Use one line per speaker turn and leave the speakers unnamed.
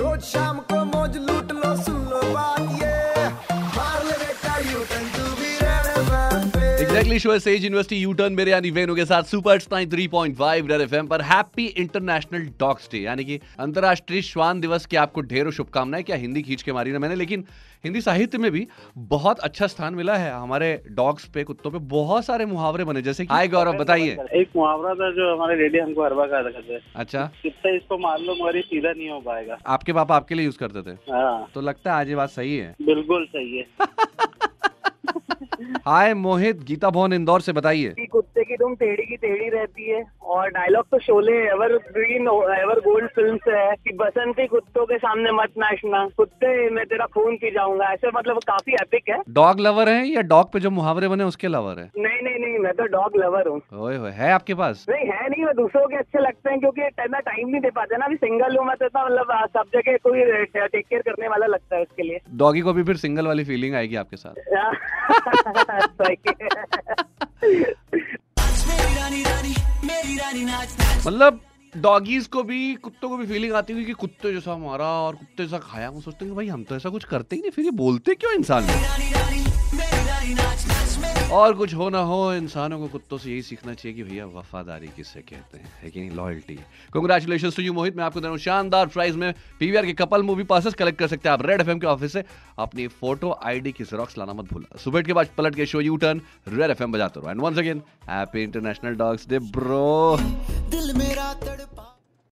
रोज शाम को मौज लूट लो सुन लो बात ये मार ले बेटा यू टर्न तू भी रहने बैन पे
exactly show says university U turn मेरे यानी वेनु के साथ super nine three point five red F पर हैप्पी इंटरनेशनल डॉग्स डे यानी कि अंतर्राष्ट्रीय श्वान दिवस की आपको ढेरों शुभकामनाएं क्या हिंदी खींच के मारी ना मैंने लेकिन हिंदी साहित्य में भी बहुत अच्छा स्थान मिला है हमारे डॉग्स पे कुत्तों पे बहुत सारे मुहावरे बने जैसे कि हाय गौरव बताइए
एक मुहावरा था जो हमारे रेडी हमको हर बार याद करते हैं
अच्छा
कितना इसको मार लो मगर ये सीधा नहीं हो पाएगा
आपके पापा आपके लिए यूज करते थे
हाँ
तो लगता है आज ये बात सही है
बिल्कुल सही है
हाय मोहित गीता भवन इंदौर से बताइए
कि कुत्ते की तुम टेढ़ी की टेढ़ी रहती है और डायलॉग तो Sholay evergreen ever gold film से है कि बसंती कुत्तों के सामने मत नाचना कुत्ते मैं तेरा खून पी जाऊंगा ऐसे मतलब काफी एपिक है
डॉग लवर है या डॉग पे जो मुहावरे बने उसके लवर है
नहीं नहीं नहीं मैं तो डॉग लवर हूँ
ओए होए है आपके पास
नहीं है नहीं मैं दूसरों के अच्छे लगते हैं क्योंकि इतना टाइम नहीं दे पाते ना अभी सिंगल हूँ मैं तो इतना मतलब आ, सब जगह कोई टेक केयर करने वाला लगता है उसके लिए
डॉगी को भी फिर सिंगल वाली फीलिंग आएगी आपके साथ
सही।
मतलब डॉगीज को भी कुत्तों को भी फीलिंग आती हुई कि कुत्ते जैसा मारा और कुत्ते जैसा खाया हम सोचते हैं कि भाई हम तो ऐसा कुछ करते ही नहीं फिर ये बोलते क्यों इंसान हैं? और कुछ हो ना हो इंसानों को कुत्तों से यही सीखना चाहिए कि भैया वफादारी किससे कहते हैं है कि नहीं loyalty congratulation to you Mohit मैं आपको दे रहा हूं शानदार प्राइज में पीवीआर के कपल मूवी पासेस कलेक्ट कर सकते हैं आप रेड एफएम के ऑफिस से अपनी फोटो आईडी की जेरॉक्स लाना मत भूलना सुबह के बाद पलट के show U turn red FM बजाते रहो and once again happy international dogs day bro
दिल मेरा तड़पा